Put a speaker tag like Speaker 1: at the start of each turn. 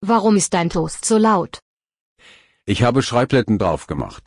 Speaker 1: Warum ist dein Toast so laut?
Speaker 2: Ich habe Schreibletten drauf gemacht.